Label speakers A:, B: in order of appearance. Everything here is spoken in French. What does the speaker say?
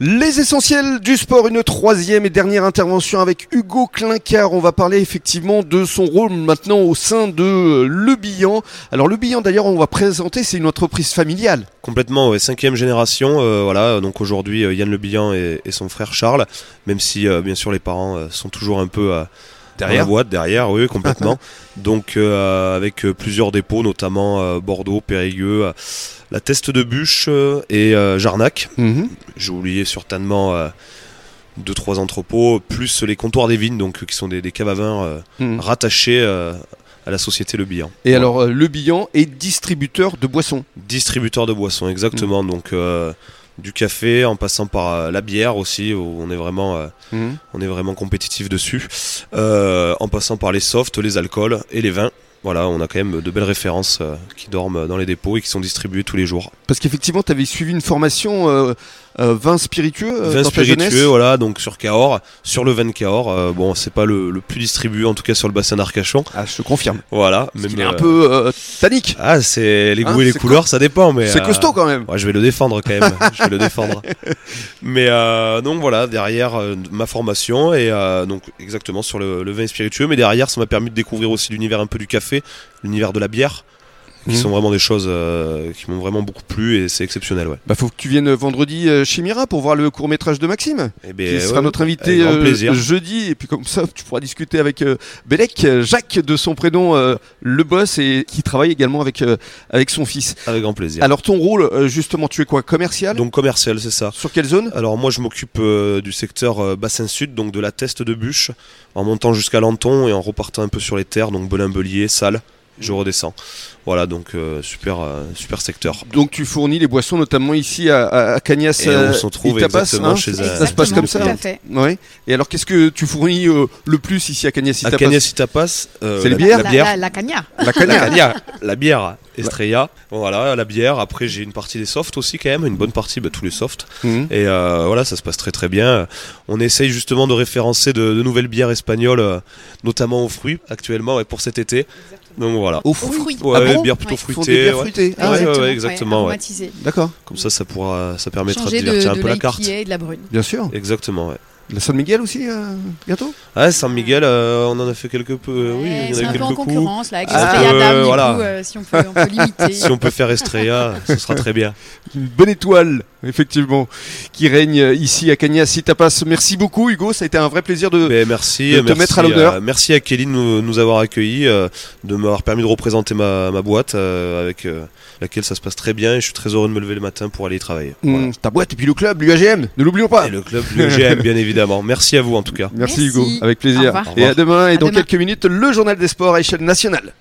A: Les essentiels du sport, une troisième et dernière intervention avec Hugo Clincard. On va parler effectivement de son rôle maintenant au sein de euh, Le Bihan. Alors Le Bihan d'ailleurs on va présenter, c'est une entreprise familiale.
B: Complètement, ouais. cinquième génération. euh, voilà, donc aujourd'hui euh, Yann Le Bihan et, et son frère Charles, même si euh, bien sûr les parents euh, sont toujours un peu euh, dans la boîte, derrière, oui, complètement. donc euh, avec euh, plusieurs dépôts, notamment euh, Bordeaux, Périgueux, euh, la Teste de Bûche euh, et euh, Jarnac.
A: Mhm.
B: J'ai oublié certainement euh, deux trois entrepôts, plus les comptoirs des vignes, donc euh, qui sont des, des caves à vin, euh,
A: Mhm.
B: rattachés euh, à la société Le Bihan.
A: Et alors euh, Le Bihan est distributeur de boissons.
B: Distributeur de boissons,
A: Mm.
B: exactement. Donc euh, du café, en passant par euh, la bière aussi, où on est vraiment, euh,
A: Mhm.
B: on est vraiment compétitif dessus. Euh, en passant par les softs, les alcools et les vins. Voilà, on a quand même de belles références euh, qui dorment dans les dépôts et qui sont distribuées tous les jours.
A: Parce qu'effectivement tu avais suivi une formation euh, euh, vin spiritueux euh,
B: Vins
A: dans ta jeunesse.
B: spiritueux, voilà, donc sur Cahors, sur le vin de Cahors. euh, bon, c'est pas le, le plus distribué, en tout cas sur le bassin d'Arcachon.
A: Ah je te confirme.
B: Voilà,
A: Parce qu'il est un
B: euh,
A: peu euh, tannique.
B: Ah, c'est les goûts
A: Hein,
B: et les
A: c'est
B: couleurs, ça dépend, mais.
A: C'est
B: euh,
A: costaud quand même.
B: Ouais, je vais le défendre quand même. je vais le défendre. Mais euh, donc voilà, derrière euh, ma formation et euh, donc exactement sur le, le vin et spiritueux, mais derrière ça m'a permis de découvrir aussi l'univers un peu du café, l'univers de la bière,
A: Mhm.
B: qui sont vraiment des choses euh, qui m'ont vraiment beaucoup plu et c'est exceptionnel. Ouais.
A: Bah faut que tu viennes vendredi euh, chez Mira pour voir le court métrage de Maxime.
B: Et
A: qui sera notre invité
B: avec grand
A: euh,
B: plaisir.
A: jeudi. Et puis comme ça, tu pourras discuter avec euh, Bellec, euh, Jacques de son prénom, euh, le boss, et qui travaille également avec, euh, avec son fils.
B: avec grand plaisir.
A: Alors ton rôle, euh, justement, tu es quoi Commercial
B: donc commercial, c'est ça.
A: Sur quelle zone
B: Alors moi je m'occupe euh, du secteur euh, bassin sud, donc de la teste de bûche, en montant jusqu'à Lanton et en repartant un peu sur les terres, donc Belin-Belier, Salles,
A: Mmh.
B: je redescends. Voilà donc euh, super euh, super secteur.
A: donc tu fournis les boissons notamment ici à, à, à Cagnas
B: Et
A: euh,
B: on se retrouve
A: et Tapas,
B: exactement
A: hein,
B: chez,
A: ça,
B: euh,
A: se passe
B: Exactement,
A: comme ça
B: tout
A: hein
B: à
A: ouais. Et alors qu'est-ce que tu fournis euh, le plus ici à Cagnas
B: à
A: Tapas
B: Cagnes Itapas, euh,
A: C'est les
B: la-
A: bières
B: la
C: La,
B: bière,
C: la, la cagna.
A: La
B: la,
A: Cagnas
B: Cagna, la bière Estrella, Bon, voilà la bière. Après j'ai une partie des softs aussi quand même, une bonne partie, bah, tous les softs.
A: Mhm.
B: Et euh, voilà, ça se passe très très bien. On essaye justement de référencer de, de nouvelles bières espagnoles, euh, notamment aux fruits actuellement et pour cet été. Donc voilà.
A: Au
C: Aux
A: fruit.
C: fruits.
B: Ouais,
A: Ah bon
B: bière plutôt
C: Ouais.
A: Ils font des
B: fruitée.
A: bières
B: ouais.
A: fruitées. Ah
B: Ouais,
A: ouais,
B: ouais, exactement, ouais.
C: aromatisé.
A: D'accord,
B: Comme ça, ça pourra, ça permettra
C: Changer
B: de
C: de,
B: divertir
C: de
B: un peu la
C: l'IPA
B: carte.
C: et de la brune.
A: bien sûr.
B: Exactement. Ouais.
A: La San Miguel aussi, euh, bientôt
B: Ah, San Miguel, euh, on en a fait quelques peu. euh, oui,
C: Ouais,
B: on en
C: c'est
B: a
C: un
B: eu
C: peu en
B: quelques coups.
C: concurrence là, avec
B: Ah,
C: Estrella
B: euh,
C: Damm, du
B: voilà.
C: coup, euh, si on peut, on peut limiter.
B: Si on peut faire Estrella, ce sera très bien.
A: une bonne étoile, effectivement, qui règne ici à Cagnas Sitapas. Merci beaucoup, Hugo. Ça a été un vrai plaisir de.
B: Mais merci,
A: de te
B: merci,
A: mettre à l'honneur.
B: euh, merci à Kelly de nous, nous avoir accueillis, euh, de m'avoir permis de représenter ma, ma boîte euh, avec euh, laquelle ça se passe très bien et je suis très heureux de me lever le matin pour aller y travailler. Voilà.
A: Mm, ta boîte et puis le club, l'UAGM, ne l'oublions pas.
B: Et le club, le GM, bien évidemment. Merci à vous en tout cas.
A: Merci,
C: Merci.
A: Hugo, avec plaisir.
C: Au revoir.
A: et à demain, et
C: À
A: dans
C: demain.
A: quelques minutes, le journal des sports à échelle nationale.